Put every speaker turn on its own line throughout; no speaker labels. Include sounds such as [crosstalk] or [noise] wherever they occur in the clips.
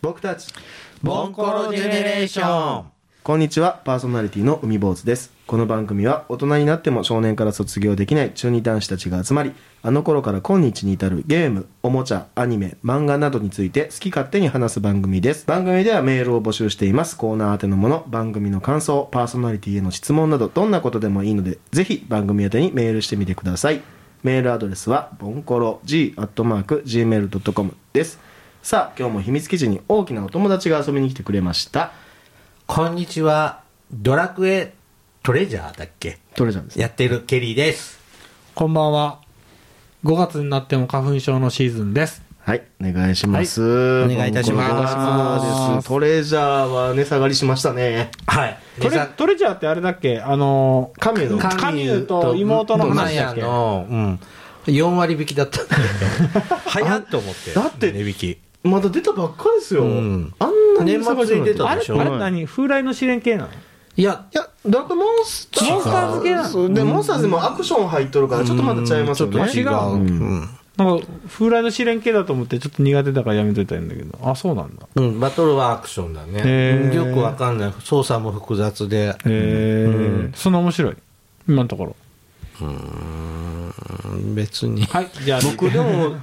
僕たち
ボンコロジェネレーション
こんにちはパーソナリティの海坊主ですこの番組は大人になっても少年から卒業できない中二男子たちが集まりあの頃から今日に至るゲームおもちゃアニメ漫画などについて好き勝手に話す番組です番組ではメールを募集していますコーナー宛てのもの番組の感想パーソナリティへの質問などどんなことでもいいのでぜひ番組宛てにメールしてみてくださいメールアドレスはボンコロ g.gmail.com ですさあ今日も秘密基地に大きなお友達が遊びに来てくれました
こんにちはドラクエトレジャーだっけ
トレジャーです
やってるケリーです
こんばんは。5月になっても花粉症のシーズンです。
はい、お願いします。
いお願いいたします
お願いですトレジャーは値下がりしましたね。
はい
ト
で
レ
さ
トレジャーってあれだっけあのー、
亀の
かカミューと妹の話だっけ
マヤの、うん、4割引きだったんだけど早っと思って
だって
値引き
まだ出たばっかりですよ。
うん
あんなに
年末に出た
あ
で
れ
しょ
あれ何風来の試練系なの
いや
いや、だからモンスター。
モンスター付けなの
そうで、モンスターズもアクション入っとるから、ちょっとまだ違いますよね。
うんちょっと違う、
ん
うん
なんか、風来の試練系だと思ってちょっと苦手だからやめといたんだけど。あ、そうなんだ。
うん、バトルはアクションだ
へ
ね。
ー
よくわかんない。操作も複雑で。
へえ、そんな面白い。今のところ。
うん別に。
はい、じゃあ、
僕でも、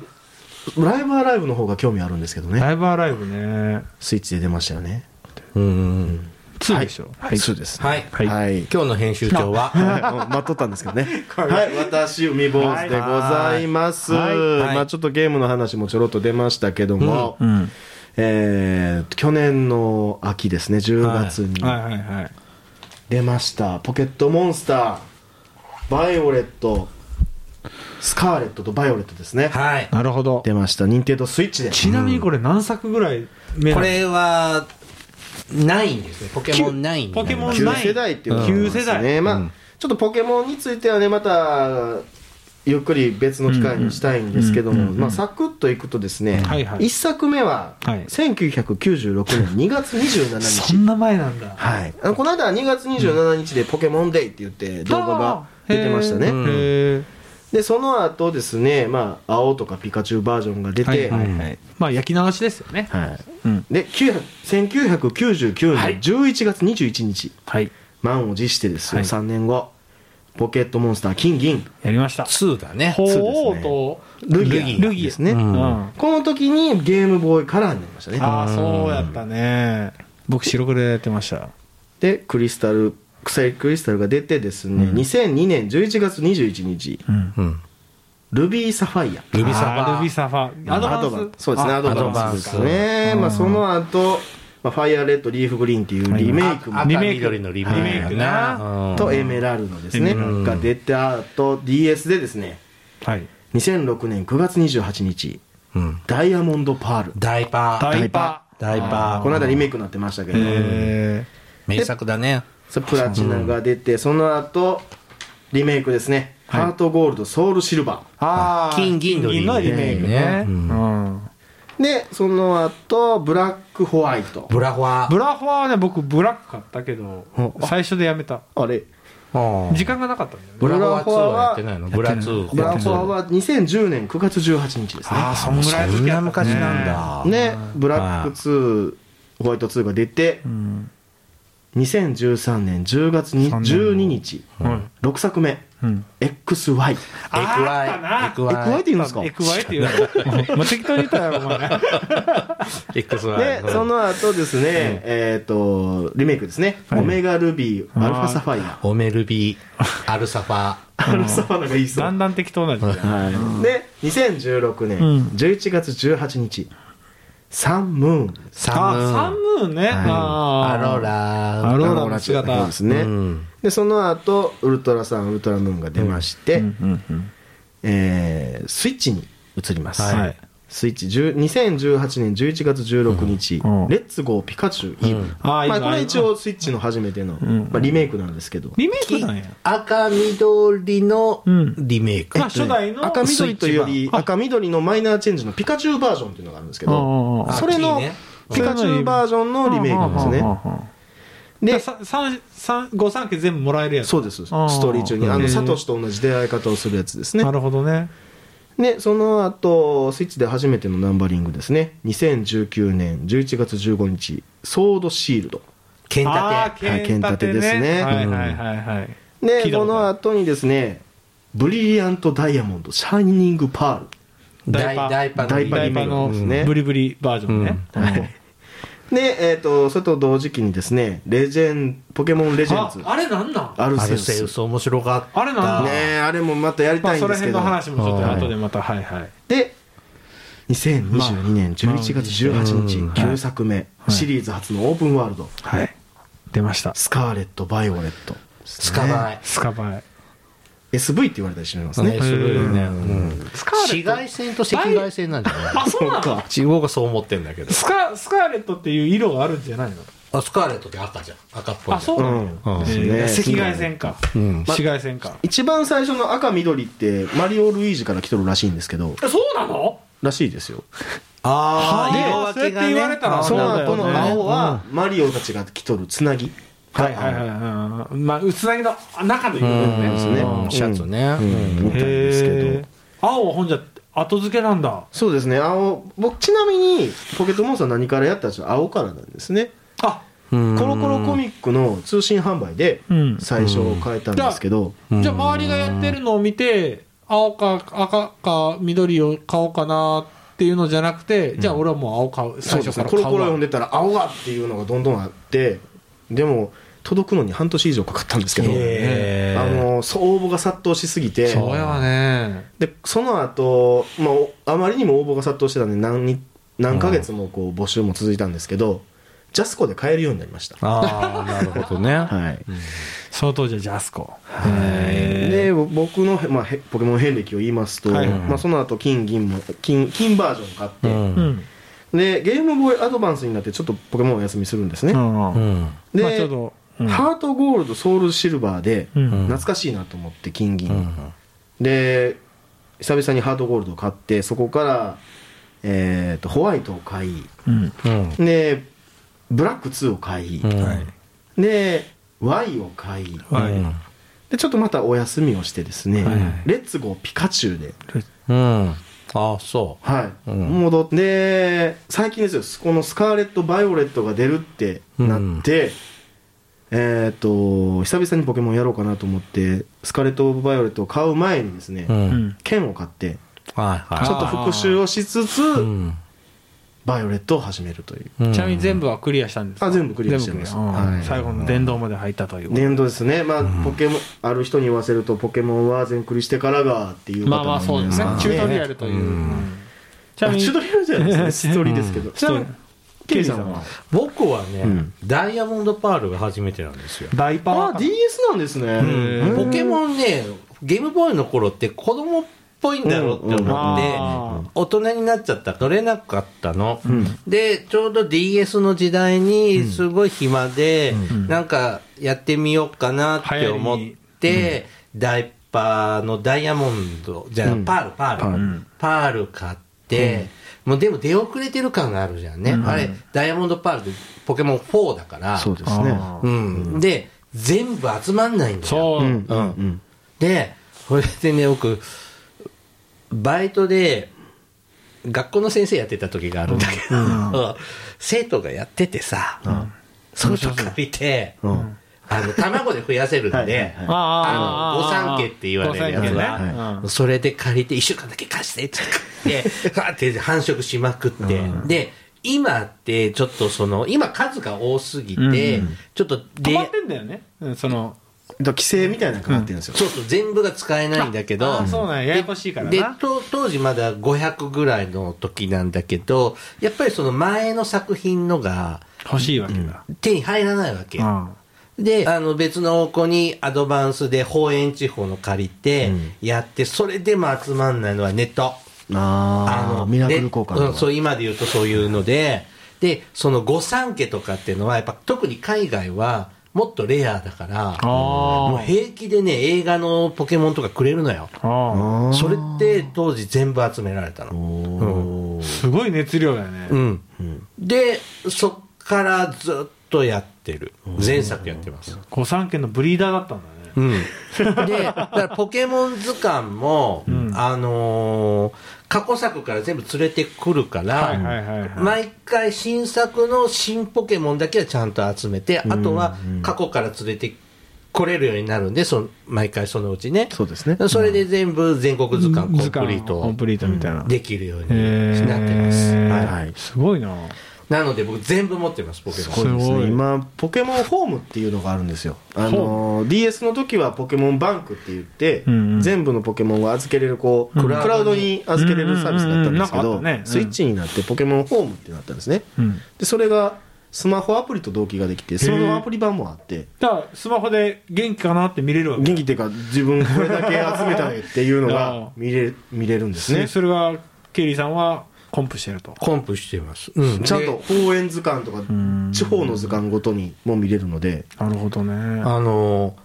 ライブアライブの方が興味あるんですけどね。
ライブアライブね。
スイッチで出ましたよね。
うん。
2でしょ。
はい、そうです。
はい。
はい
はい。
今日の編集長は、
はい待っとったんですけどね。はい、私、海坊主でございます。
はい
はい
まあちょっとゲームの話もちょろっと出ましたけども、
うん。
えー去年の秋ですね、10月に
はいはいはい。
出ました、ポケットモンスター、バイオレット、スカーレットとバイオレットですね。
はい。
なるほど。
出ました、任天堂スイッチで。
ちなみにこれ何作ぐらい目
こ
なの
れは、ないんですね。ポケモンないん
ポケモン
旧世代っていうのがありますね
旧世代
まあ、
うん
ちょっとポケモンについてはねまたゆっくり別の機会にしたいんですけども、
うんうんうんうん
まあ、サクッといくとですね、
はいはい
1作目は
はい
1996年2月27
[laughs] そ
日、
んな前なんだ。
はい、あのこの間は2月27日で「ポケモンデイ」って言って動画が出てました
へ
ね、
ーへー
でその後ですね、まあ、青とかピカチュウバージョンが出て、
はいはいはい。まあ、焼き直しですよね。
はい
うん。
で900 1999年11月21日、
はい。
満を持してですよ、
はい
3年後ポケットモンスター金銀
やりました。
2だね。
鳳
そう
凰
ですね
と、
ルギア
ルギア
ですね、
うん
うん。
この時にゲームボーイカラーになりましたね
ああ、そうやったね。僕、白黒でやってました。
でクリスタルククリスタルが出てですね、2002年11月21日
うん。
うん。
ルビーサファイア
ルビサ
あー
バ。
ルビサファ。
ンそうですね
あ
アドバンスですね
うん
まあ、その後、まあファイアレッドリーフグリーンっていうリメイクも
あ
リ
リ
メ
メ
イ
イ
ク
ク。緑のリメイク
リメイクな
な。
とエ
エ
メ
メ
ラルドですね
うん
が出た後 DS でですね
はい。
2006年9月28日
うん。
ダイヤモンドパール
ダイパ
ダ
ー。
イパ
ダイパー。
この間リメイクになってましたけ
ー。
ど
へ
名作だね。
それプラチナが出てその後リメイクですね、ハートゴールドソウルシルバ
ー。あー
金銀のリメイクね
金銀のリメイクね。う
うん
ん。
ーでその後ブラックホワイト
ブラファー。
ブラファはね、僕、ブラック買ったけど
うん、
最初でやめた。
あれ
うん
時間がなかったんだよね。
ブラファー2はやってないのブラ2。
ブラックホワイトは2010年9月18日ですね
ああ、そんぐらいの
そん
時や
な
った
昔
ね
なん。だ。
ねブラック2ホワイト2が出て
うん。
2013年10月に
三年後
12日
うん。
6作目
うん。
XY
あったな
エクワイ。
エクワイって言うんですか
エクワイって言う
[laughs]
の。もう適当に言ったやろ、お前。
エクワイ。
でその後ですねえっとリメイクですねオメガルビーアルファサファイア
オメルビー、アルサファ。
アルファサファイアがいいそう
だんだん適当な時代。
はい、で2016年
うん
11月18日、サンムーン
サム
あ、サンムーンね。あ
ア
ー
ロラ
アローラ
あ
の
同じ
姿
そうですね、
うん
でその後ウルトラサンウルトラムーンが出まして、
うんうん
えースイッチに移ります、
はい
スイッチ10 2018年11月16日、
うん
レッツゴーピカチュウイブ、
うん
あ
ま
ーい
あ、
いな
これ一応スイッチの初めての、
ん
まあ、リメイクなんですけど、
リメイク
き
なんや。
赤緑の
うん
リメイク
まあ、初代の。
赤
ス
緑
イッ
と
チ
いうよ
版
り赤緑のマイナーチェンジのピカチュウバージョンっていうのがあるんですけ
うんうん
ど
うん
それの
あいいね
ピカチュウバージョンのリメイクなんですね
で、
で
さ三三五三家全部もらえるやつ。
そうですそうです
あー
ストーリー中にあ
へ
の
ー
サトシと同じ出会い方をするやつですね
なるほどね。
でその後スイッチで初めてのナンバリングですね2019年11月15日「ソードシールド
剣立
あ
て。
はい剣
ー
立てですね
はいはいはいはい」
で
聞いた
こ
こと
の
あ
後にですね「ブリリアント・ダイヤモンド・シャイニング・パ
る
ダイ
ダイパ
ダイパの。
ダイパ
ダイパの
ですね
ブリブリバージョンね、
うん
は
ール」
い
で、えー、とそれと同時期にですねレジェンポケモンレジェン
あ
ズ、
あれなんなん
アル
ア
セ
ル
ウス
セウス面白かった。
あれなん
ねえあれもまたやり
ま
た
あ
い
そ
ん
の
ですけ
辺
ど、
の話もちょっと後でまたはいはい
で2022年11月18日
うん
9作目、
い
シリーズ初のオープンワールド
はい出ました
「スカーレット・バイオレット」
スカバイ。
スカバイ
SV って言われたりしてますね
ね、するよね。
う
うん
スカーレ
紫
ット
外線と赤外線なんじゃない
あそうなの
か
中国がそう思ってんだけど。
スカスカーレットっていう色があるんじゃないの
あ、スカーレットって赤じゃん。赤っぽいじゃん。
あそう
う
なんの、
うん
えー
ですね
赤外線か、
うん
紫外線か
一番最初の赤緑ってマリオ・ルイージから来とるらしいんですけど
えそうなの
らしいですよ
あ
で
あ、色分けがね
そうやって言われたらあ
その
なるほ
後
ど
の
ね
青はマリオたちが来とるつなぎ
はいはいはいはいうんまあ薄揚げの中の色だよね
そうですね
うんシャツね
うんみたいですけ
へ
ど
ー青はほんじゃ後付けなんだ
そうですね青僕ちなみにポケットモンスター何からやったら青からなんですね
あ
コ
コ
ロコロコミックの通信販売で
うん
最初変えたんですけど
うん
じゃあ周りがやってるのを見て青か赤か緑を買おうかなっていうのじゃなくてじゃあ俺はもう青買う
そう
最
で
初
す
か
ね
ら
コ
買
ロ
う
コロ読ん
わ
でたら青がっていうのがどんどんあってでも届くのに半年以上かかったんですけど
へー
あのそう応募が殺到しすぎて
そうやわね
でその後、まあおあまりにも応募が殺到してたんで何日何ヶ月もこう募集も続いたんですけどジャスコで買えるようになりました
ああ、なるほどね。。
はい
その当時はジャスコ
で僕の、まあ、へポケモン遍歴を言いますと、
はい
まあ、その後金銀も金金バージョン買って、
うんん
でゲームボーイアドバンスになってちょっとポケモンお休みするんですね、
うん
ん。
で、
まあちょうどうん
ハートゴールドソウルシルバーで
うん
懐かしいなと思って金銀、
うん
で久々にハートゴールドを買ってそこから、えー、とホワイトを買い
うん
うん。
でブラック2を買い、
うん
はい
で Y を買い
はい
でちょっとまたお休みをしてですね、
はい
レッツゴーピカチュウで、
うん。ああ、そう。
はい
うん
戻って最近ですよこのスカーレット・バイオレットが出るってなって、えっ、と久々にポケモンやろうかなと思ってスカーレット・バイオレットを買う前にですね、
う。
うんん
剣を買って
はい
ちょ
は
っと復習をしつつ、
い。ん。
バイオレットを始めるという
うん
ちなみに全部はクリアしたんですか
あ全部クリアしてます
全部クリアうん
はい
最後の電動まで入ったという
年度ですねまあ、ポケモンある人に言わせるとポケモンは全クリしてからがっていう方
まあまあそうですね
もいます
チ
から
ュートリアルという
うん
うんち
あチュートリアルじゃないですね一人ですけ
[laughs]
どちなみにケイさんは
僕はね、
うん
ダイヤモンドパールが初めてなんですよ。
ダイパ
あ
ー
DS なんですね、
ん
ポケモンね、ゲームボーイの頃って子供っぽいんだろうって思っ
う
て、
んうん
あー
大人になっちゃった取れなかったの、でちょうど DS の時代にすごい暇で、なんかやってみようかなって思って、ダイパーのダイヤモンドじゃあ、
うん
パールパール、
パール
うん
パール買って、もうでも出遅れてる感があるじゃんね、あれダイヤモンドパールってポケモン4だから
そうですね
あー
うん、で全部集まんないんだよ
そ
うん
う、
うん
うん
うん
でそれでね僕バイトで学校の先生やってた時があるんだけど、うん生徒がやっててさ、その時見て、
うん
あの卵で増やせるんで
はいはいはい
あの御三家って言われるやつ
御三
は
家ねうん
それで借りて1週間だけ貸してって言ってガーって繁殖しまくって、で今ってちょっとその今数が多すぎて、
うん
ちょっと
止
で
まってんだよね、うん、その
だから規制みたいなのかかってるんですよ、
そうそう全部が使えないんだけど
ああそうなんや
で
ややこしいからな
でと当時まだ500ぐらいの時なんだけどやっぱりその前の作品のが
欲しいわけだ、
手に入らないわけ、
あ
であの別の子にアドバンスで方園地方の借りてやって、それでも集まんないのはネット
ああミラクル効果
ねう
の
ん、そう今で言うとそういうのででその御三家とかっていうのはやっぱ特に海外はもっとレアだから
あ
もう
ー
平気でね映画のポケモンとかくれるのよ
あ
あー
それって当時全部集められたの
おー
ーすごい熱量だよね、
うん、でそっからずっとやってる前作やってます
御三家のブリーダーだったんだね
ね。
うん、でだからポケモン図鑑も、あのー過去作から全部連れてくるから、
はいはいはいはい
毎回新作の新ポケモンだけはちゃんと集めて、あとは過去から連れてこれるようになるんでその毎回そのうちね
そうですね
それで全部全国図鑑コンプリー
コ
ト
ンプリートみたいな。
できるように
へー
なってます、はい、
い
すごいな。
なので僕全部持ってますポケモン
すごい
そうですね今ポケモンホームっていうのがあるんですよあの DS の時はポケモンバンクって言って、
うんうん
全部のポケモンを預けれるこう、
うん
クラウドに預けれるサービスだったんですけど、
うんうんうんなんかあったねうん
スイッチになってポケモンホームってなったんですね、
うん。
でそれがスマホアプリと同期ができてスマホアプリ版もあって
だから、スマホで元気かなって見れるわけ。
元気っていうか自分これだけ集めたねっていうの
ああ
が見れ見れるんです
ね。
ね
それが、ケリーさんはコンプしてると。
コンプしてます、うん、
ちゃん
で
と方園図鑑とか
ん
地方の図鑑ごとにも見れるので
なるほどね。
あの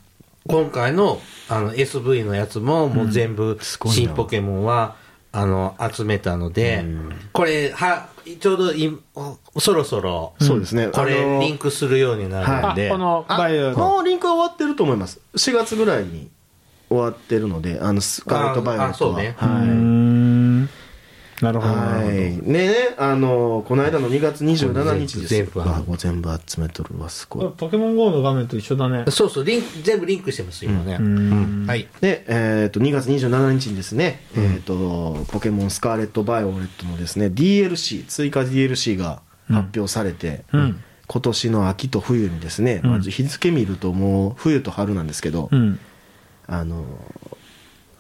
今回のあの SV のやつももう全部
ごいな
新ポケモンは、あの集めたので、これはちょうどいそろそろ
そうですね
これ
あの
リンクするようになるん
あ、
で、
この、
あ
バイオ
もうリンクは終わってると思います4月ぐらいに終わってるのであのスカーレット・バイオレットは
ああそうね
うー
はい
んなるほど。な
は
る
い、ねねあのこの間の2月27日です
全部
わもう全部集めとるわす
ほ
ごい
どポケモン GO の画面と一緒だね。
そうそうリンク全部リンクしてます今ね、
うん
はい
で、えー、と2月27日にですね、えー、とポケモンスカーレット・バイオレットのですね DLC 追加 DLC が発表されて、
うん
今年の秋と冬にですね、
うん
まず日付見るともう冬と春なんですけど、
うん。
あの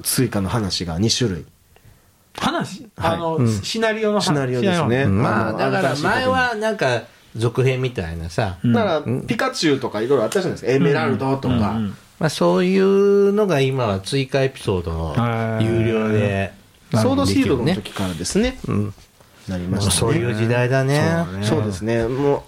追加の話が2種類
話
はい
あの、
うん
シナリオの話
シナリオですね、
シ
まあ
の
だから
新しいポケモン
前はなんか続編みたいなさ、
うん
だからピカチュウとかいろいろあったじゃないですか、エメラルドと
ナリオ
か、
うん
まあ、そういうのが今は追加エピソード
は
の
い
有料で、
ソードシールドの時からですね
うん、
なり
も
ま
う
した
そう
ね
いう時代だね
そうだね
そうですねも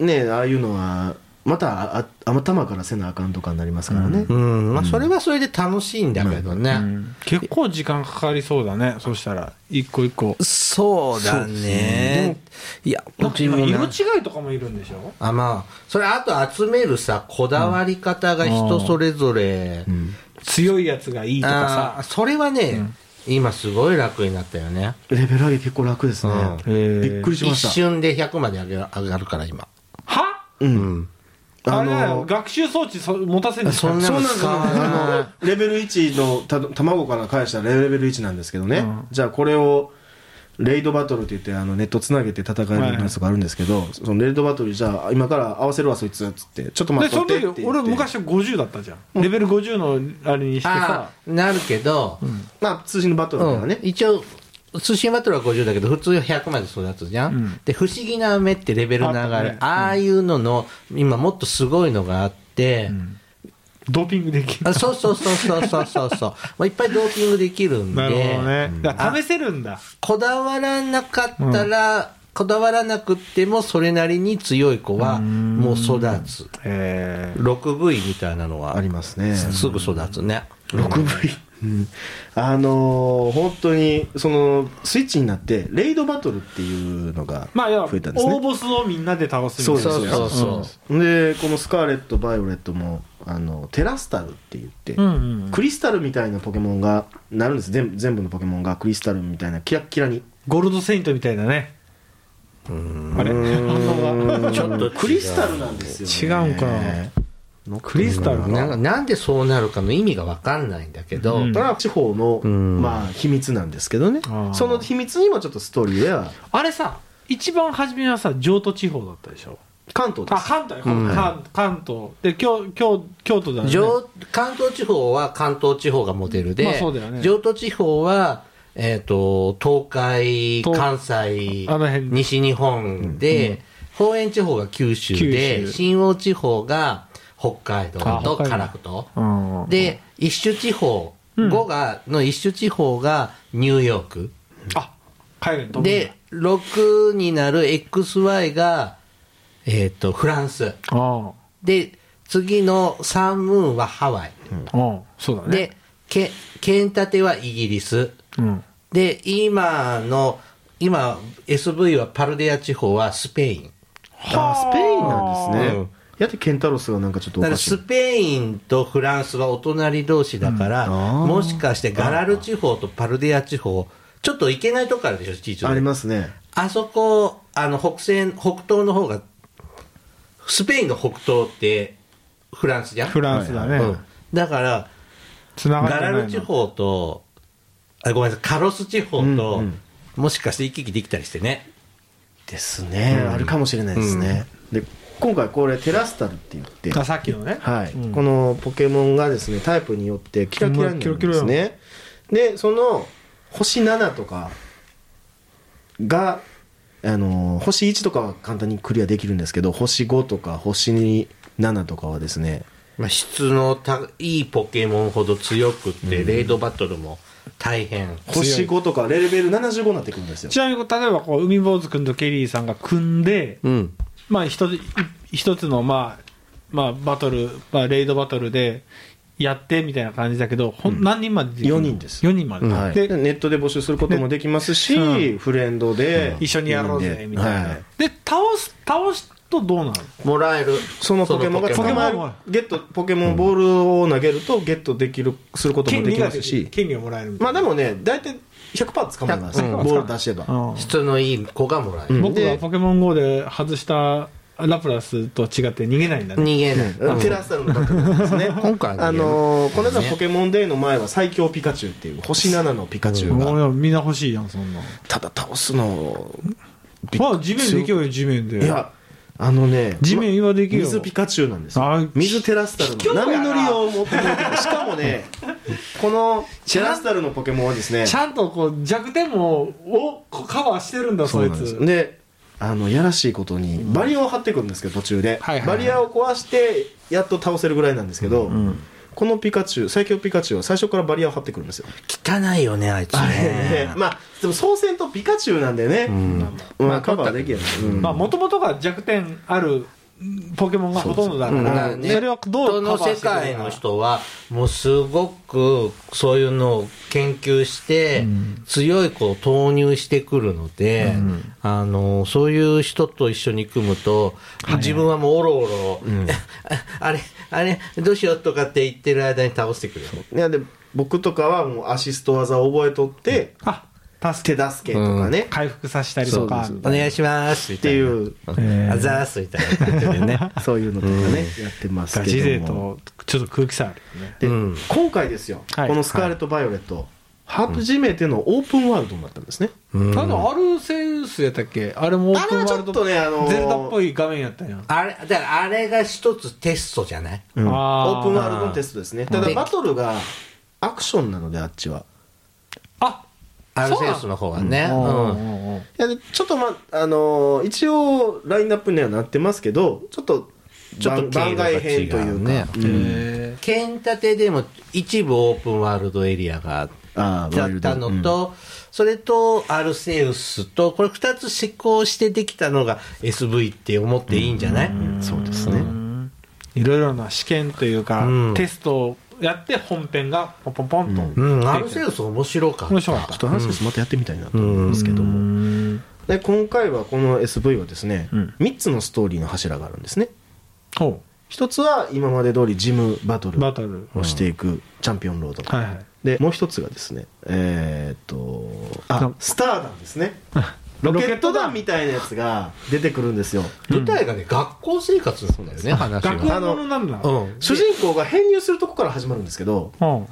うねああいうのはまたああ頭からせなあかんとかになりますからね、
うん、まあそれはそれで楽しいんだけどね。
うん結構時間かかりそうだね。そしたら、一個一個。
そうだね。いや、
なん
う
か
ち
今
も
色
な
違。いとかもいるんでしょ
あ、まあ、それあと集めるさ、こだわり方が人それぞれ。
強いやつがいいと
あ
か
ーそれはね、今すごい楽になったよね。
レベル上げ結構楽ですね、
うん
へえ
びっくりしま
一
した
瞬で100まで上げ上がるから今。
さ。は
うん
あ
あ
れだよ
の
学習装置そ持たせるんでしょ
そんな
そう
の
なんです
使
よ
わない
あのレベル1のた卵から返したらレベル1なんですけどね、
うん
じゃあこれをレイドバトルって言ってあのネットつなげて戦えるやつとかあるんですけど、そのレイドバトルじゃあ今から合わせるわそいつっつってちょっと待
で
っと
そ
ってって
の
言っ
時
て
俺昔50だったじゃん、レベル50のあれにして
あ
さ
ーなるけど、
まあ通信のバトルだからね、
うん、一応通信バトルは50だけど普通は100まで育つじゃん、
うん
で「不思議な目」ってレベルの上がる
あったね
あ,、あいうのの今もっとすごいのがあって、
ドーピングできる
あそうそうそうそうそうそう
[laughs]
そうもういっぱいドーピングできるんで
なるほどね、だから試せるんだ
こだわらなかったら、こだわらなくってもそれなりに強い子はもう育つ
へえ
6V みたいなのは
ありますね
すぐ育つね
6V、うんあのー本当にそのスイッチになってレイドバトルっていうのが
まあ要は
増えたんですね、
大ボスをみんなで倒すみたい
そう
な
です
そうそうそう、
でこのスカーレット・バイオレットもあのテラスタルって言って、
うんうんうん
クリスタルみたいなポケモンがなるんです全部全部のポケモンがクリスタルみたいなキラッキラに
ゴールドセイントみたいだねあれ
う
反応
ー
が
ん
ちょっ
と違う
クリスタルなんですよ、
違
ね、
うんかなクリスタルか
なんかなんでそうなるかの意味が分かんないんだけど、
うん
それは地方の、
うん
まあ、秘密なんですけどね
あー
その秘密にもちょっとストーリーでは
[laughs] あれさ一番初めはさ上都地方だったでしょ
関東で
あ
す
関東よ関
うん
関関東で京京京都だよね
上関東地方は関東地方がモデルで、
まあそうだよね
上都地方は、えー、と東海
東
関西
あの辺
西日本で、方園地方が九州で
九州
新大地方が北海道
あ
と
北海道
樺太
うん
で一種地方、
うん
5がの一種地方がニューヨーク
あ海外に飛ぶんだ
で6になる XY が、えー、とフランス
あ
で次のサンムーンはハワイ、
あうんそうだね
でけ剣立てはイギリス
うん
で今の今 SV はパルデア地方はスペイン、
あースペインなんですね、
うん
やってケンタロスがなんかちょっとおか
だか
らしい
スペインとフランスはお隣同士だから、
うんあー
もしかしてガラル地方とパルディア地方ちょっと行けないとこあるでしょ地図で
ありますね
あそこあの北西北東の方がスペインの北東ってフランスじゃん
フランスだね。
うん、だから
つながって
ガ
な
ラ
いの
ル地方とあごめんなさいカロス地方と、
うんうん
もしかして行き来できたりしてね
ですね、あるかもしれないですね、で今回これテラスタルって言って
あさっきのね。
はい、
うん
このポケモンがですねタイプによってキラキラになるんです
うんキラ
ねでその星7とかがあのー星1とかは簡単にクリアできるんですけど星5とか星7とかはですね
まあ、質のたいいポケモンほど強くって、レイドバトルも大変
星5とかレベル75になってくるんですよ
ちなみに、例えばこう、海坊主君とケリーさんが組んで、
うん
まあ、一つ、一つの、まあ、まあ、バトル、まあ、レイドバトルで、やってみたいな感じだけど、ほん何人まで
四人です
4人まで。
はい、で
で、
ネットで募集することもできますし、
ね
フレンドで、
一緒にやろうぜ、みたいな。
はい
で、倒す、倒すとどうなる
もらえる
そのポケモンが
そ
捕
のポケモン
まえる
ポケモン
ゲットポケモンボールを投げるとゲットできるすることも
権
で
利
き
が
ますし
権利をもらえるみた
ま
い
あ
な。
でもね大体100%捕まえます、
100%
ボール出せば、
うん
質のいい子がもらえる、
僕
で
はポケモン GO で外したラプラスと違って逃げないんだね。
逃げない、うん
テラスタルのバトルなんですね
今回はね
あのーこの間ポケモンデーの前は最強ピカチュウっていう星7のピカチュウが、
もうみんな欲しいやん、そんな。
ただ倒すの
まあ、地面できようよ、地面で。
いやあのね
地面はできよう。
水ピカチュウなんです
あ
よ
ー
水テラスタルの波乗りを持ってくるしかもねこのテラスタルのポケモンはですね
ちゃんとこう弱点もをこうカバーしてるんだ
そ
そうい
なんで
つ
すであのやらしいことにバリアを張ってくるんですけど途中で、
はいはい
バリアを壊してやっと倒せるぐらいなんですけど、
ん
このピカチュウ最強ピカチュウは最初からバリアを張ってくるんですよ、
汚いよねあいつ
で
ね
[laughs] まあでも総戦とピカチュウなんでね、まあ、カバーできる、うん
まあ、もともとが弱点あるポケモンがほとんどだか、
だからら
そ
ね
れはど
人
うカバー
の世
してくれるか
界の人はもうすごくそういうのを研究して、強い子を投入してくるので、あのそういう人と一緒に組むと、自分はもうおろおろ、 [laughs] あれあれどうしようとかって言ってる間に倒してくるよ
いやで僕とかはもうアシスト技を覚えとって、
あ、助
手助けとかね、
け、回復させたりとか
そ、う
お願いします
っ
み
たて
い
い
な
う、
うんあざーすみたいな
[laughs]
感じでね
そういうのとかね、やってますけど
ガ
も
チ勢とちょっと空気差あるよね。
で、
うん
今回ですよ、
はい
このスカーレット・バイオレット、初めてのオープンワールドになったんですね、
うん
ただアルセウスやったっけあれもオー
あ
プ
れ
ン
は
ワ
ち
ール
ょっ
ド
とねあの
ゼルダっぽい画面やったやん
あれだからあれが一つテストじゃない
うんオ
あー
ープンワールドのテストですねただ
で
バトルがアクションなのであっちは
あ
アルセウスの方はね、
うん
うん
うんうん
いやでちょっとまあのー一応ラインナップにはなってますけどちょっと
ちょっと
番番外編というか
ね
うん
へ
剣立てでも一部オープンワールドエリアがあっ
あーワイルド
たのと、それとアルセウスとこれ2つ施行してできたのが SV って思っていいんじゃない、
うんそうですね
いろいろな試験というか、
うん
テストをやって本編がポンポンポンと、
うんアルセウス面白か
面
っ
白か
ちょ
っ
っと話ですまたやってみたいなと思うんですけども、で今回はこの SV はですね、
うん
3つのストーリーの柱があるんですね
たほ
一つは今まで通りジムバト
うバ
ル
トル
をしていくチャンピオンロード、
はいはい
でもう一つがですねえーっとあ
な
スター弾ですねロケット弾みたいなやつが出てくるんですよ
た舞台がね、学校生活なんだよね話
学
が、
校ものなんだ
うん、
主人公が編入するとこから始まるんですけど
うん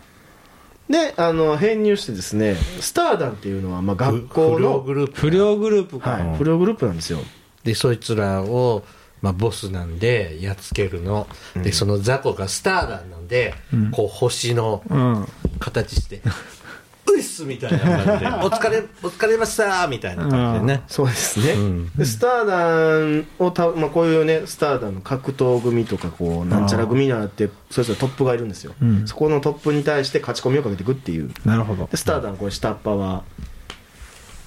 であの編入してですねスター弾っていうのはまあ学校
不良
の
グループ
不良グループか、
はい不良グループなんですよ
でそいつらを、まあ、ボスなんでやっつけるの、でその雑魚がスターダンなんで、こう星の
うん
形して「ういっす」みたいな
[laughs]
感じで「お疲れお疲れました」みたいな感じでね、
そうですね、
うん
でスター団をた、まあ、こういうねスター団の格闘組とかこうなんちゃら組なってそれぞれトップがいるんですよ、
うん
そこのトップに対して勝ち込みをかけていくっていう
なるほど
でスター団これ下っ端は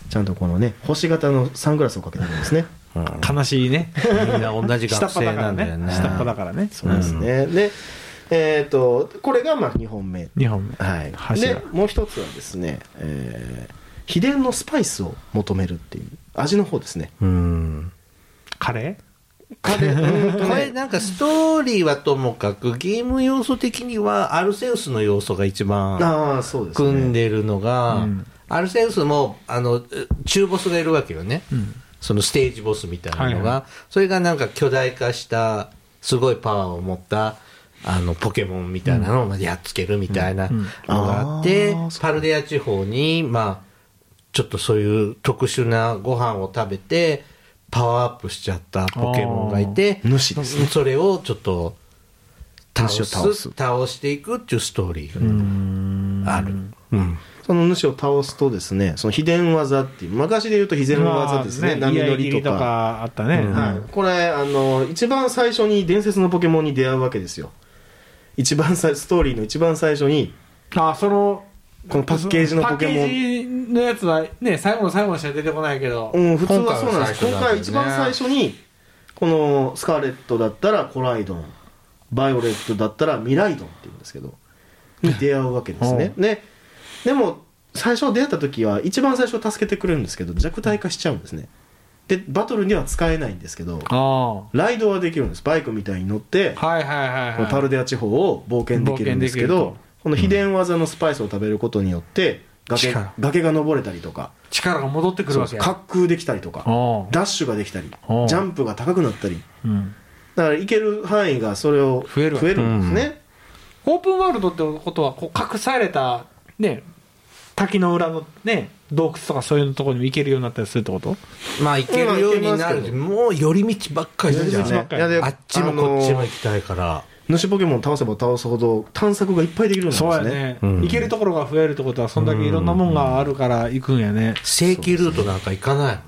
ちゃんとこのね星型のサングラスをかけてるんですね
悲しいね
みんな同じ
下
学
っ端だ
生
か
な
ら
んだよ
ね
ね
下っ端だからね
そうですね、でえっ、とこれがまあ2本目
2本目
はい
柱
でもう一つはですね、えー秘伝のスパイスを求めるっていう味の方ですね
うん
カレ
彼、うんこれなんかストーリーはともかく、ゲーム要素的にはアルセウスの要素が一番
ああそうですね
組んでるのが、
うん
アルセウスも、あの、中ボスがいるわけよね。
うん
そのステージボスみたいなのが、
はい
それがなんか巨大化した、すごいパワーを持った、あの、ポケモンみたいなのをまあやっつけるみたいなのがあって、
うんあーそう
パルデア地方に、まあ、ちょっとそういう特殊なご飯を食べて、パワーアップしちゃったポケモンがいて、
あー主ですね
それをちょっと倒
主
す
を倒す
倒していくっていうストーリーがある。うん
その主を倒すとですねその秘伝技っていう昔で言うと秘伝技ですね,、
まあ
波乗
居合
り
斬
とか
あったね。
うん
はい、これあの一番最初に伝説のポケモンに出会うわけですよ一番最ストーリーの一番最初に
あ、その、
このパッケージのポケモ
パ
ン
ッケージのやつはね、最後の最後にしか出てこないけど、
うん、普通はそうなんです今
今
回,、
回は最初なんだよね
一番最初にこのスカーレットだったらコライドンバイオレットだったらミライドンっていうんですけどに出会うわけです
[laughs]
ねででも最初出会った時は一番最初助けてくれるんですけど弱体化しちゃうんですねでバトルには使えないんですけど
あ
ライドはできるんですバイクみたいに乗って
はいはいはい、
こ
は
の
い。
パルデア地方を冒険できるんですけ
冒険
ど
できる
この秘伝技のスパイスを食べることによって崖
力
崖が登れたりとか
力が戻ってくるわけや。
滑空できたりとか
あ。あ
ダッシュができたりジ
おう
ャンプが高くなったり
あ。うん。
だから行ける範囲がそれを
増える
増えるんですね、
オープンワールドってことは、こう隠された、ね、
滝の裏のね、洞窟とかそういうところにも行けるようになったりするってこと
まあ行けるようにな
まあ行けますけ
る。
ど
もう寄り道ばっかりじゃん。
寄り道ばっかり
いやで
あっちもこっちも
あ
行きたいから。
の主ポケモン倒せば倒すほど探索がいっぱいできるんです
そうや
ね
ね、
うん
行けるところが増えるってことはそんだけいろんなもんがあるから行くんやね、
正規ルートなんか行かない。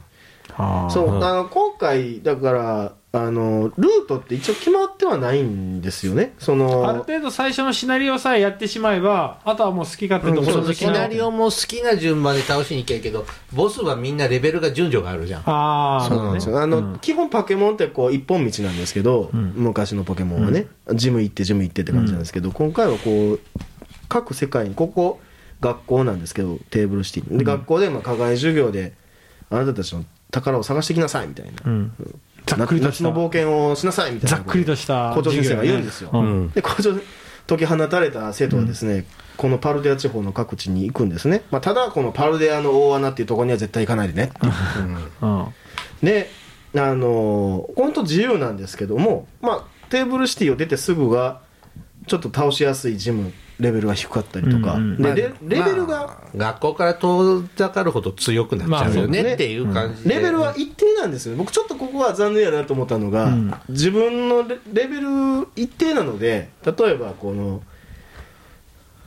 ああ
そう
うん
あの今回だからあのルートって一応決まってはないんですよねそ
ある
の
程度最初のシナリオさえやってしまえばあとはもう好き勝手どこ
そ
ろ
の
好
シ
き
ナ
な
リオも好きな順番で倒しに行けるけど、ボスはみんなレベルが順序があるじゃん。
ああ
そうなんですよあの、基本ポケモンってこう一本道なんですけど、
うん
昔のポケモンはね、ジム行ってジム行ってって感じなんですけど、今回はこう各世界にここ学校なんですけどテーブルシティで学校でまあ課外授業であなたたちの宝を探してきなさいみたいな、
うんざっくりとし
夏
た
の冒険をしなさいみたい
ざ
な
っくりとした
校長先生が言うんですよ、
授業やね
うん
で校長解き放たれた生徒はですね、このパルデア地方の各地に行くんですね、まあ、ただこのパルデアの大穴っていうところには絶対行かないでねっていう
うん
であのー本当自由なんですけども、まあ、テーブルシティを出てすぐがちょっと倒しやすいジムレベルが低かったりとか、
うんうん
で
まあ
レレベル
ま
が、
あ学校から遠ざかるほど強くなっちゃうよ
まあ
ねっていう感じで。
レベルは一定なんですよ僕ちょっとここは残念やなと思ったのが、
うん
自分のレレベル一定なので例えばこの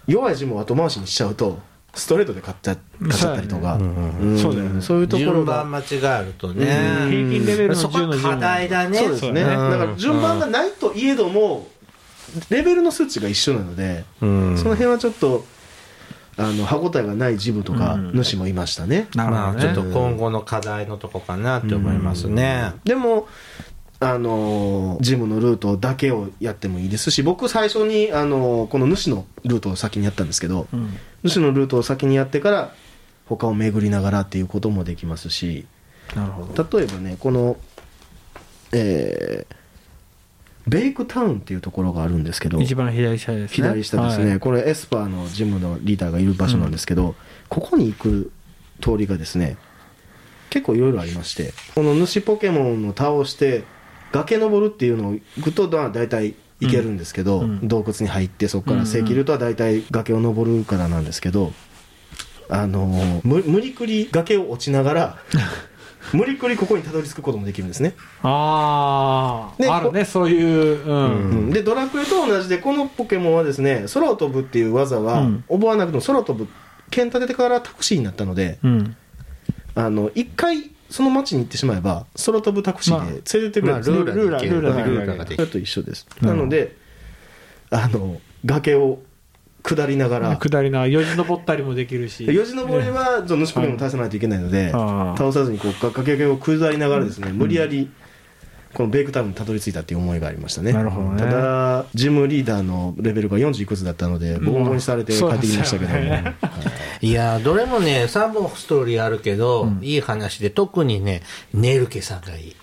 弱いジムを後回しにしちゃうとストレートで勝っちゃ勝っちゃったりとか、
そうだよね
ん
そうだよね
そういうところ
順
が
番間違えるとね。
うん
平均レベルの
そこ
10の
は
10
課題だね。
そうですね。
そう
だ
だ
ね
から順番がないといえども、レベルの数値が一緒なので、
うん
その辺はちょっと、あの、歯応えがないジムとか、
うん
主もいましたね。
なる
まあ
ほど
ちょっ
ね
と今後の課題のとこかなって思いますね。
でも、あのジムのルートだけをやってもいいですし僕最初に、あのこの主のルートを先にやったんですけど、
うん
主のルートを先にやってから他を巡りながらっていうこともできますし
なるほど
例えばねこの、えーベイクタウンっていうところがあるんですけど
一番左下ですね
左下ですね、
はい
これエスパーのジムのリーダーがいる場所なんですけど、ここに行く通りがですね結構いろいろありましてこの主ポケモンを倒して崖登るっていうのを行くとまあ大体行けるんですけど、
うんうん
洞窟に入ってそこか
うんう
ら
ん
正規ルートは大体崖を登るからなんですけど、あのーむ無理くり崖を落ちなが
[laughs]
ら無理くりここにたどり着くこともできるんですね
あ
で
ああるねそういううん、
うんでドラクエと同じでこのポケモンはですね空を飛ぶっていう技は
うん
覚わなくても空を飛ぶ剣立てからタクシーになったので
うん
あの一回その町に行ってしまえば空飛ぶタクシーで連れてってくれる
まあ
んですね、
ルーラーでいける
ルーラー
ルーラーができ
そ
る
れと一緒です、
うん
なのであの崖を下りな
[laughs]
がら
下りなよじ登ったりもできるし
よじ登りはその主ポケモンを倒さないといけないので、
あー
倒さずにこう崖を下りながらですね、無理やりこのベイクタウンにたどり着いたっていう思いがありましたね
なるほどね
ただジムリーダーのレベルが40いくつだったのでボコボコにされて帰ってきましたけど
そうですよ
ね
ね
いやーどれもね、3本ストーリーあるけど、
ん
いい話で、特にね、ネルケさんがいい。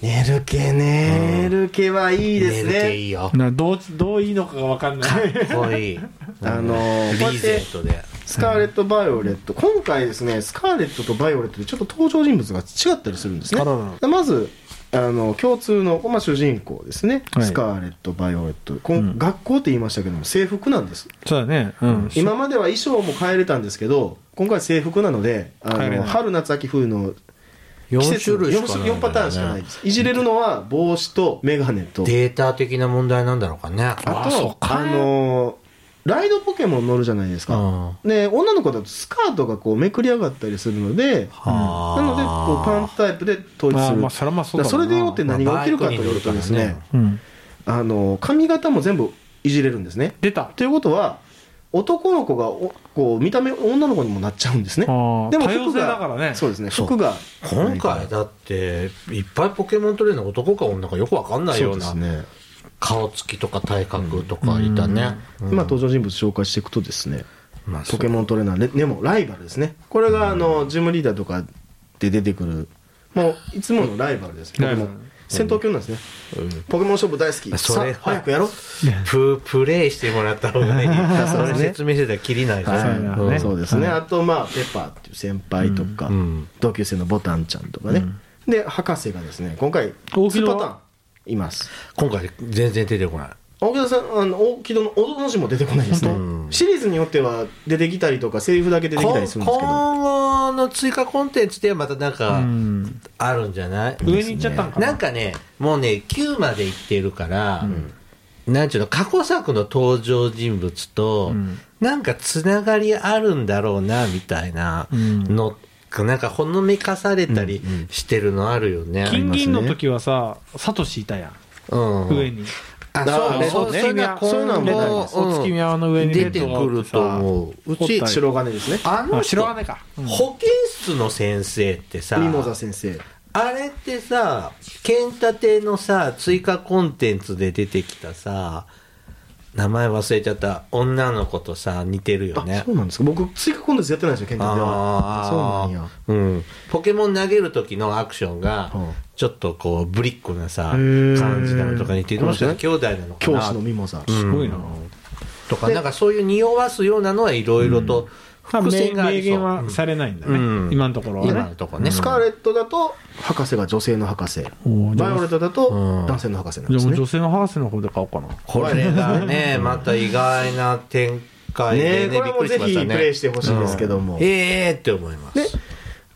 寝る系寝る系はいいです
寝る系
ね
いいよ。
などうどういいのかが分かんない
かっこいい。
[laughs] あのー
リ
こうや
ー
っ
ゼ
て
ントで。
スカーレット・バイオレット今回ですねスカーレットとバイオレットでちょっと登場人物が違ったりするんですね
あらら
でまずあの共通の、まあ、主人公ですね、
はい
スカーレット・バイオレットこの、
うん
学校って言いましたけども制服なんです
[laughs] そうだねうん
今までは衣装も変えれたんですけど今回は制服なのであ
変えれ
の
ない
春夏秋冬の
4
季節
種
の
類しかない、
4パターンしかないですいじれるのは帽子と眼鏡と
データ的な問題なんだろうかね。
あ
あそ
と
う
あのライドポケモン乗るじゃないです
うん
か、で女の子だとスカートがこうめくり上がったりするので
はあ
なのでこうパンタイプで統一
ますあ
る、
まあそれはまあそうだろ
それ
うな
でよって何が起きるかというとですね,、
まあバイクに乗る
あ、
うん
の髪型も全部いじれるんですね
出た
ということは男の子がおこう見た目女の子にもなっちゃうんですね
あー
でも
多様
服
性
が
だからね
そうですね
そう
服が
今回だっていっぱいポケモントレーナー男か女かよくわかんない
そ
よ
う
う
で
な
すね、
顔つきとか体格とかいたね、うん
今登場人物紹介していくとですね
まあ
ポケモントレーナーででもライバルですねこれがあのジムリーダーとかで出てくるもういつものライバルですポケ
ライ
モ
バル
ン戦闘級なんですね、
うん
ポケモン勝負大好き
それ
さあ早くやろう
[laughs] ププレイしてもらった方がいい
[laughs] そう
そ
ですね
れ説明してたらきりないです
はい
な
ね、
ね
そうですね、あとまあペッパーっていう先輩とか、
うん
同級生のボタンちゃんとかね、で博士がですね今回
大木
2
戸は
パターンいます
今回全然出てこない
大木戸さんあの大木戸の「おど」の字も出てこないですね、
うん
シリーズによっては出てきたりとかセリフだけ出てきたりするんですけど
今後の追加コンテンツでまたなんか
うん
あるんじゃない、
上に行っちゃったんか
なんかねもうね9までいってるから、なんちゅうの過去作の登場人物と、
うん
なんかつながりあるんだろうなみたいな
うん
の、なんかほのめかされたりしてるのあるよね、
金銀の時はさサトシいたやん
うん
上に
あそうね
あそう
そう
ね
いうのは今後
そういうのはもうないです
うん
お月見山の上に
出
ベ
て
ッ
く
ドがあって
る
さ
と思ううち
掘ったり
白金ですね
あの
あ白
人
金か
保健室の先生ってさ
ミモザ先生
あれってさ、剣立てのさ、追加コンテンツで出てきたさ、名前忘れちゃった女の子とさ、似てるよ
あ、
ね
そ。うなんですか僕追加コンテンツやってないですよ健太ではそうなんや
そうなんや。うん。ポケモン投げる時のアクションが
うん、
ちょっとこう、ブリックなさ、
へー
感じなのとか似てる。もしかしたら兄弟なのか
教
な。
師のミモザ、
す
ごいな
とか、なんかそういう匂わすようなのはいろいろと、
まあ
伏
明
線があ
明
りそう。
言はされないんだ
うん
ね今のところは
今
ね
のとこね。
スカーレットだと博士が女性の博士
おーじゃ
バイ
あ
オレットだと
うん
男性の博士なんで
じゃあ
す
もう
ね
女性の博士の方で買おうかな
これがね、また意外な展開
ね
でね、
えこれもぜひプレイしてほしいんですけども、
うんええって思います。
で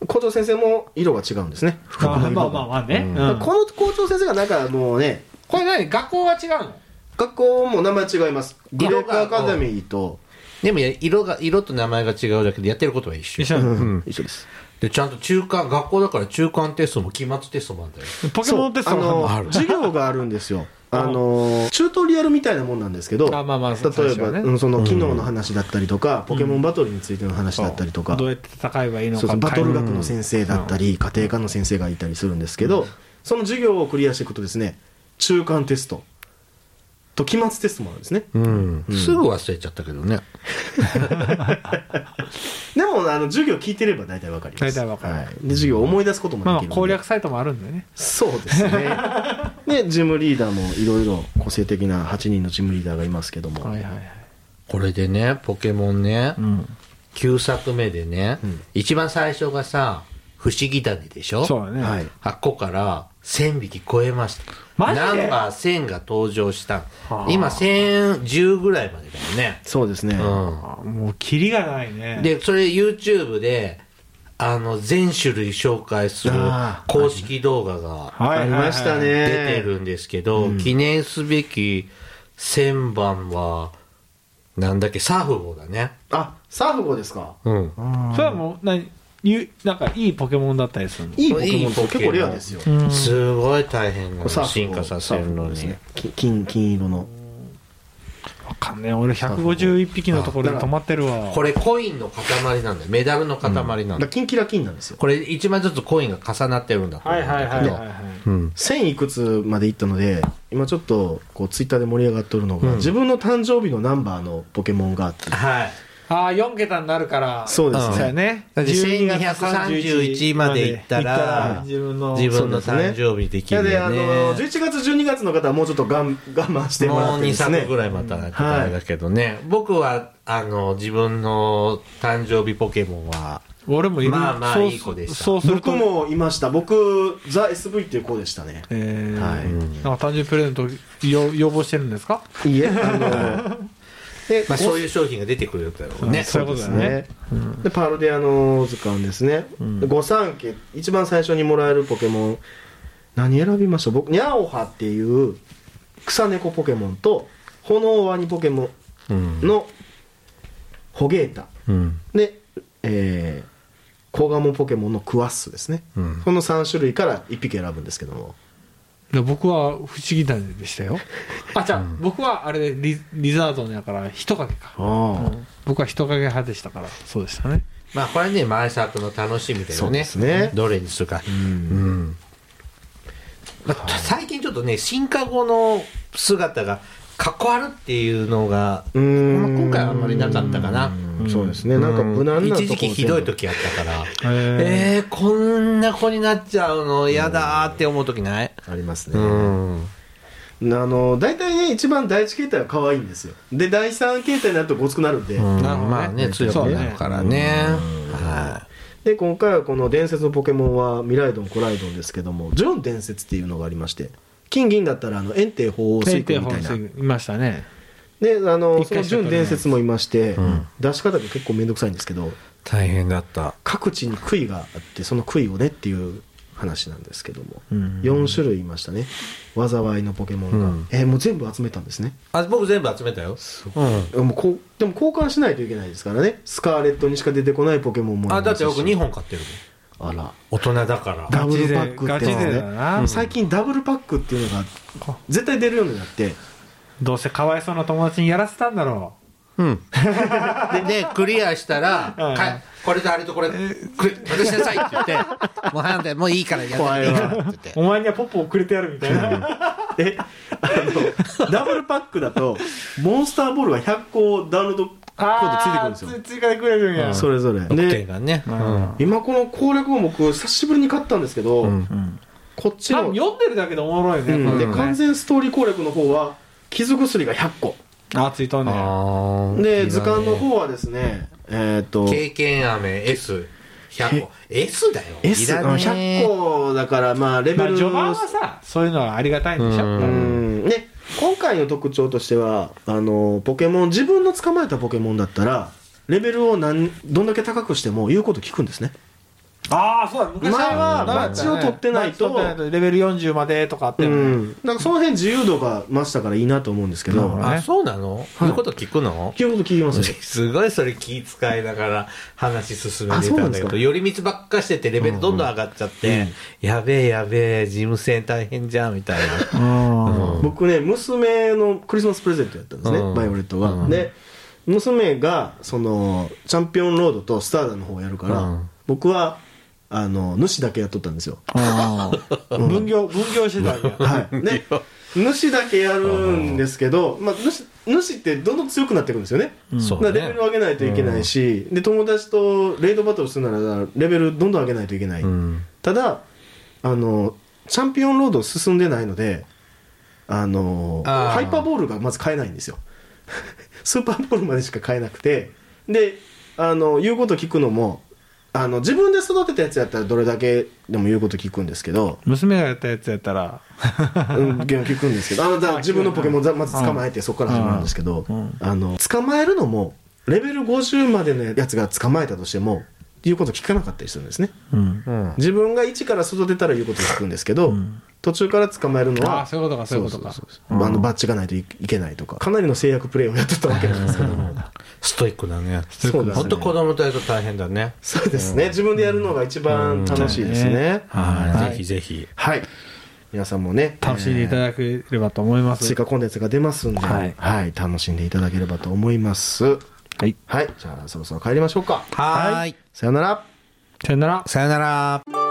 校長先生も色が違うんですね服の
まあ
色
まあ
が
まあね
うん
うん
この校長先生がなんかもうね
これ何学校が違うの
学校も名前違いますグレー
色
プ
が
アカデミーと
でもや色が、色と名前が違うだけでやってることは一緒。
一緒
う
だ
ん一緒です
で、ちゃんと中間、学校だから中間テストも期末テストもあるんだよ。
ポケモンテスト
そう
の
あ
あ
の
る
授業があるんですよあのチュートリアルみたいなもんなんですけど
あまあまあ
例
最
え
初
ば、
はね
うんその機能の話だったりとか、ポケモンバトルについての話だったりとか、
どうやって戦えばいいの
そうそ
か
うバトル学の先生だったり、家庭科の先生がいたりするんですけど、その授業をクリアしていくとですね中間テストと期末テストもあるんですね
うん。すぐ忘れちゃったけどね。
でもあの授業聞いてれば大体わかります
大体わかる
はい、で授業を思い出すこともで
まあま
きる
あ
んで
攻略サイトもあるんだよね
そうですねでジムリーダーもいろいろ個性的な8人のジムリーダーがいますけども、
はいはいはい
これでね、ポケモンね、
うん
9作目でね、
うん
一番最初がさ、不思議種でしょ
そうだね
はい
あっこから1000匹超えました。
マジ
ナ
で
ンバー1000が登場した。
はあ
今1010ぐらいまでだよね。
そうですね、
う
あもうキリがないね
ん。で、それ YouTube で、あの、全種類紹介する
あー
公式動画が
はい
あ
はい
り
はい
ましたね、
出てるんですけど、記念すべき1000番は、なんだっけ、サーフボーだね。
あサーフ号ですか
うん。
それはもう何ゆなんかいいポケモンだったりするの
いいポケモンって結構レアですよ
すごい大変なの
サーフ号
進化させ
サ
るの
ーフ号です
に
ね。き金金色の
わかんねえ俺151匹のところで止まってるわ
これコインの塊なんだよ。メダルの塊なんだ
だ
よ
からキンキラキンなんですよ
これ一枚ずつコインが重なってるんだと思
は
う
い
ん
はい
だ
はい
け
はい
ど
はい
うん
1000いくつまでいったので今ちょっとこうツイッターで盛り上がっとるのが、
うん
自分の誕生日のナンバーのポケモンがあって
はい
ああ、4桁になるから。
そうです
うん
ね
そうやね。
だって
12月
1231まで行ったら
自分の、
自分
そう
の
ですね
誕生日でき
いや
る
で、
よ
あの、
ね。
11月、12月の方はもうちょっとがん我慢してもら
も
っ
う
て
2
ですね。
作ぐらいまたなくなだけどね、僕はあの自分の誕生日ポケモンは
俺もいる。
まあまあ
そう
いい子でした
そうする
僕
と、
もいました。僕、ザ・ SV っていう子でしたね。
えー
はい
なんか誕生日プレゼントよ要望してるんですか
い [laughs] え、あの、で、
まあ、そう
う
いう商品が出てくるだろうね。
そういうこと
で
だ
す
よね。
ね。で、パロディアの図鑑ですね。で御三家、一番最初にもらえるポケモン、何選びました僕、ニャオハっていう草猫ポケモンと、炎ワニポケモンのホゲータ。
うん
で、えー、コガモポケモンのクワッスですね、
うん
この3種類から1匹選ぶんですけども
いや僕は不思議なんでしたよ。
あ、じゃあ、僕はあれでリ、リザードンやから、人影か。
ああ、
僕は人影派でしたから。そうでしたね。
まあこれね前作の楽しみだ
そ
よ
う
ね
ですね
どれにするか、
うん
うんまあ最近ちょっとね進化後の姿がかっこ悪っていうのが、
うー
まあ、
ん
今回はあんまりなかったかな、
うんそうですねなんか無難なとこ
一時期ひどい時あったから
え
えー、こんな子になっちゃうの嫌だーって思う時ない
ありますね、
うん
あの大体ね一番第一形態は可愛いんですよで第三形態になるとごつくなるんで、
うん
なるほどね
まあね強くなるからねは
で今回はこの伝説のポケモンは未来ドンコライドンですけども純伝説っていうのがありまして金銀だったらあの炎帝鳳凰水
ー、
君
天
み
本
たいな
水いましたね。
であのその
一回しか取れない
純伝説もいまして、
ん
出し方が結構面倒くさいんですけど
い、大変だった
各地に杭があってその杭をねっていう話なんですけども、
うん
4種類いましたね災いのポケモンが、
うん
えーもう全部集めたんですね
あ僕全部集めたよ、うん、
もうこうでも交換しないといけないですからねスカーレットにしか出てこないポケモンも
あだって僕2
本
本買ってるもん
あら
大人だから
ダブルパック
ガ
っ
チ
て
勢
やつね
だな
うん最近ダブルパックっていうのが絶対出るようになって
どうせかわいそうな友達にやらせたんだろ
うん、ででクリアしたら、
うん
かこれとあれとこれくれ渡しなさいって言ってもうなんでもういいからやって
怖い
いい
わ
からって言っ
う。お前にはポップをくれてやるみたいな。
え [laughs] あのダブルパックだとモンスターボールが100個ダウンロードコードついてくるんですよ
つ追加でくれるんや。
それぞれ
て得
で
点がね、
ん
今この攻略を僕久しぶりに買ったんですけど、
うん
うん
こっちの、
多分読んでるだけでおもろいね。
うん
これ
で
ね
完全ストーリー攻略の方は傷薬が100個
あ、ついとんね。
あー
で図鑑の
いいわね
方はですねえーっと
経験飴 S100 個 S だよ
S
いらね
100個だからまあレベ
まあ
ル、
序盤はさ、そういうのはありがたいんでしょ。
う
うんね今回の特徴としてはあのポケモン自分の捕まえたポケモンだったらレベルを何どんだけ高くしても言うこと聞くんですね
ああ、そうだ、昔
前は
なかったね
バッジを取ってないと
バッジ取ってレベル40までとかあって、
うんだからその辺自由度が増したからいいなと思うんですけど、
なるほどね
あそうなの、そういうこと聞くの
聞くこと聞きますよ
すごいそれ気遣いながら話進めてた
あそうなんんです
だけど、
か
寄り道ばっかしててレベルどんどん上がっちゃって、やべえやべえ、事務戦大変じゃんみたいな。うん
僕ね娘のクリスマスプレゼントやったんですね、
うん
バイオレットは、
うん
で娘がそのチャンピオンロードとスターダの方をやるから、
うん
僕はあの主だけやっとったんですよ、うん
分業、分業してたわけや。
[laughs]
はいで主だけやるんですけど、まあ、主主ってどんどん強くなっていくんですよね、
そ
だ
う
から
だ
レ
ね
ベルを上げないといけないし、で友達とレイドバトルするならレベルどんどん上げないといけない、
うん
ただあのチャンピオンロード進んでないのであの
あー
ハイパーボールがまず買えないんですよ [laughs] スーパーボールまでしか買えなくてであの言うこと聞くのもあの自分で育てたやつやったらどれだけでも言うこと聞くんですけど、
娘がやったやつやったら、
うん、聞くんですけどあのだから自分のポケモンざまず捕まえてそこから始まるんですけど、
うん
あの捕まえるのもレベル50までのやつが捕まえたとしても言うこと聞かなかったりするんですね
うん
うん
自分が1から育てたら言うこと聞くんですけど、途中から捕まえるの
あ
は
あ、そういうことか、そういうことか。
そうそうそうあのバッジがないといけないとかかなりの制約プレイをやってたわけなんですけど
ストイックだね。
そうですね
本当子供とやると大変だね。
[laughs] そうですね自分でやるのが一番楽しいですね、
はい。ぜひぜひ。
はい皆さんもね
[laughs] 楽しんでいただければと思います。
追加コンテンツが出ますんで、は
はいい
楽しんでいただければと思います
はい。
はいじゃあそろそろ帰りましょうか
はーい。
さよなら
さよなら。
さよなら。